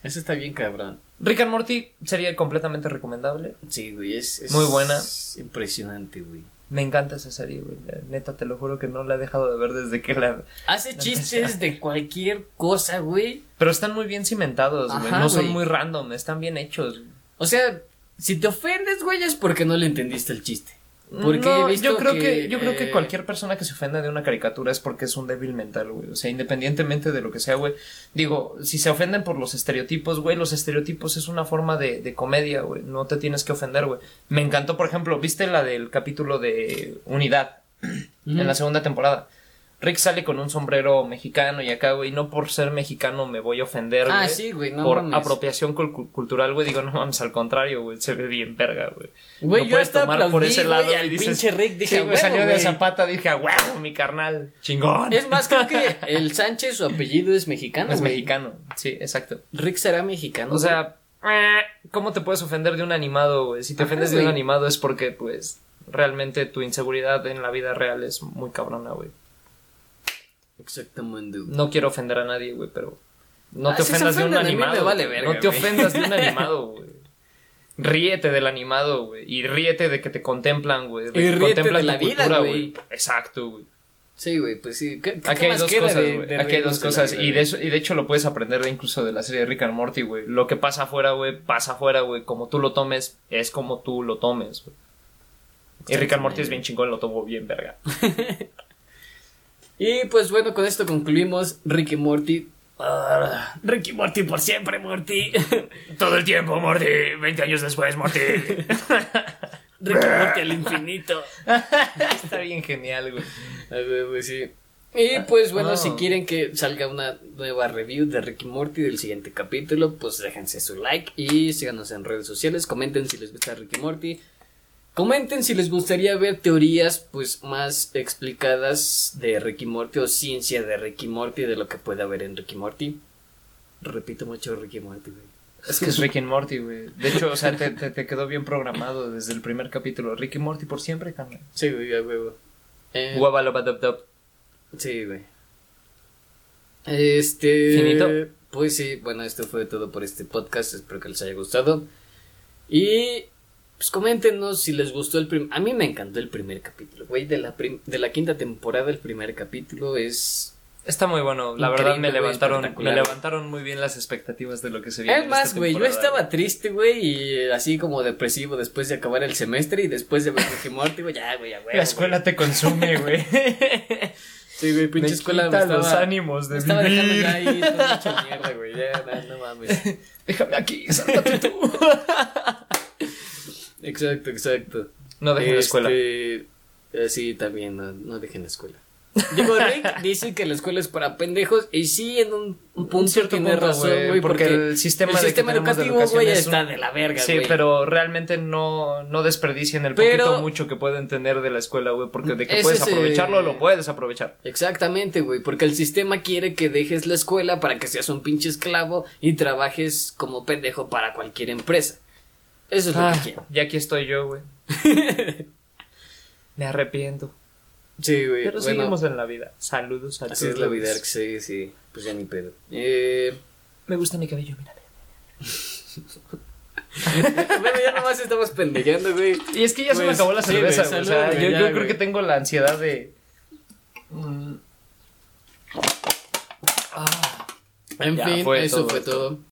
A: Eso está bien cabrón.
B: Rick and Morty sería completamente recomendable.
A: Sí, güey, es, es
B: Muy buena.
A: Impresionante, güey.
B: Me encanta esa serie, güey. La Neta, te lo juro que no la he dejado de ver desde que la.
A: Hace
B: No
A: chistes de cualquier cosa, güey.
B: Pero están muy bien cimentados, güey.
A: Ajá,
B: No son
A: güey.
B: muy random, están bien hechos.
A: O sea, si te ofendes, güey, es porque no le entendiste el chiste. Porque
B: No,
A: he visto
B: yo creo que,
A: que,
B: yo creo que
A: eh,
B: cualquier persona que se ofenda de una caricatura es porque es un débil mental, güey. O sea, independientemente de lo que sea, güey. Digo, si se ofenden por los estereotipos, güey, los estereotipos es una forma de, de comedia, güey. No te tienes que ofender, güey. Me encantó, por ejemplo, viste la del capítulo de Unidad
A: Ujú.
B: en la segunda temporada. Rick sale con un sombrero mexicano y acá, güey, no por ser mexicano me voy a ofender,
A: Ah,
B: güey,
A: sí, güey, no
B: por
A: mames.
B: apropiación cul- cultural, güey, digo, no mames, al contrario, güey, se ve bien verga, güey.
A: Güey,
B: Lo
A: yo
B: puedes
A: hasta
B: tomar
A: aplaudí,
B: por ese lado
A: güey,
B: y
A: al
B: dices,
A: pinche Rick. Dije,
B: Sí,
A: "A
B: güey,
A: huevo,
B: salió de
A: güey".
B: Zapata, dije, "A huevo, mi carnal, chingón.
A: Es más, creo que *laughs* el Sánchez, su apellido es mexicano.
B: Es
A: güey.
B: mexicano, sí, exacto.
A: Rick será mexicano.
B: O sea, eh, ¿cómo te puedes ofender de un animado, güey? Si te
A: Ajá,
B: ofendes de un
A: Ah, güey.
B: animado es porque, pues, realmente tu inseguridad en la vida real es muy cabrona, güey.
A: güey. exactamente. güey.
B: No quiero ofender a nadie, güey, pero no
A: Ah,
B: te
A: si se
B: ofendas de un
A: ofenden a mí, me
B: animado.
A: vale
B: güey.
A: verga,
B: no te
A: güey.
B: ofendas
A: *laughs*
B: de un animado, güey. Ríete del animado, güey. Y ríete de que te contemplan, güey. de que
A: Y ríete
B: contemplan
A: de la
B: tu
A: vida, güey.
B: Exacto, güey.
A: Sí, güey, pues sí. ¿Qué, qué
B: Aquí hay
A: más
B: dos
A: queda
B: cosas,
A: de-
B: güey.
A: de
B: Aquí hay dos
A: reírnos la
B: cosas.
A: vida,
B: Y de,
A: güey?
B: eso, y de hecho lo puedes aprender de incluso de la serie de Rick and Morty, güey. Lo que pasa afuera, güey, pasa afuera, güey. Como tú lo tomes, es como tú lo tomes, güey. Y Rick and Morty es bien chingón, lo tomo bien, verga.
A: Y pues bueno, con esto concluimos Ricky Morty. Ah, Ricky Morty por siempre, Morty.
B: *laughs*
A: *laughs*
B: Todo el tiempo, Morty. 20 años después, Morty.
A: Ricky Morty al infinito.
B: *laughs* Está bien genial, güey.
A: A ver, pues sí. Y pues bueno,
B: no.
A: si quieren que salga una nueva review de Ricky Morty del siguiente capítulo, pues déjense su like y síganos en redes sociales, comenten si les gusta Ricky Morty. Comenten si les gustaría ver teorías pues más explicadas de Ricky Morty o ciencia de Ricky Morty de lo que puede haber en Ricky Morty. Repito mucho Ricky Morty, güey.
B: Es que es Rick and Morty, güey. De hecho, o sea, te, te- te quedó bien programado desde el primer capítulo. Rick y Morty por siempre, carnal.
A: Sí, güey, a huevo. Eh,
B: Guabalabadabdab.
A: Sí, güey. Este.
B: ¿Finito?
A: Pues sí, bueno, esto fue todo por este podcast. Espero que les haya gustado. Y. Pues coméntenos si les gustó el primer. A mí me encantó el primer capítulo, güey. De la, prim- de la quinta temporada, el primer capítulo es.
B: Está muy bueno, la
A: Increíble,
B: verdad me
A: güey,
B: levantaron, me
A: espectacular.
B: levantaron muy bien las expectativas de lo que se viene.
A: Es
B: en
A: más,
B: esta
A: güey, yo
B: temporada.
A: estaba triste, güey, y eh, así como depresivo después de acabar el semestre y después de ver Ricky Morty, güey, ya, güey, ya, güey.
B: La escuela te consume, güey.
A: Sí, güey, *laughs* pinche
B: Me
A: escuela. me
B: quita los
A: estaba-
B: ánimos
A: me
B: de
A: estaba dejando
B: vivir.
A: ya ahí todo
B: *laughs*
A: hecho mierda, güey. Ya, no, no mames.
B: Déjame aquí, sálvate tú.
A: Exacto, exacto.
B: No dejen la escuela.
A: Este, escuela. Sí, también, no, no dejen la escuela. Digo, Rick dice que la escuela es para pendejos y sí, en un, un punto
B: cierto
A: tiene
B: punto,
A: razón,
B: güey,
A: güey,
B: porque
A: porque,
B: el sistema de que
A: sistema
B: tenemos de
A: educativo, güey,
B: educación es
A: está
B: un-
A: de la verga,
B: Sí,
A: güey.
B: pero realmente no, no desperdicien el
A: Pero-
B: poquito mucho que pueden tener de la escuela, güey, porque de que
A: Es
B: puedes
A: ese-
B: aprovecharlo, lo puedes aprovechar.
A: Exactamente, güey, porque el sistema quiere que dejes la escuela para que seas un pinche esclavo y trabajes como pendejo para cualquier empresa. Eso es lo que quiero.
B: Ah, y aquí estoy yo,
A: *laughs*
B: güey. Me arrepiento.
A: Sí, güey.
B: Pero
A: bueno,
B: seguimos en la vida. Saludos a
A: así es la
B: todos.
A: vida, sí, sí. Pues ya ni pedo. Eh.
B: Me gusta mi cabello, mira.
A: bueno, ya nomás estamos pendejeando, güey.
B: Y es que ya se me
A: Pues,
B: acabó la
A: sí,
B: cerveza,
A: güey,
B: güey, o
A: salud,
B: sea,
A: güey,
B: yo,
A: ya,
B: yo creo
A: güey.
B: que tengo la ansiedad de. Mm. Ah,
A: En
B: Ya
A: fin,
B: fue
A: eso
B: todo
A: fue
B: esto.
A: todo.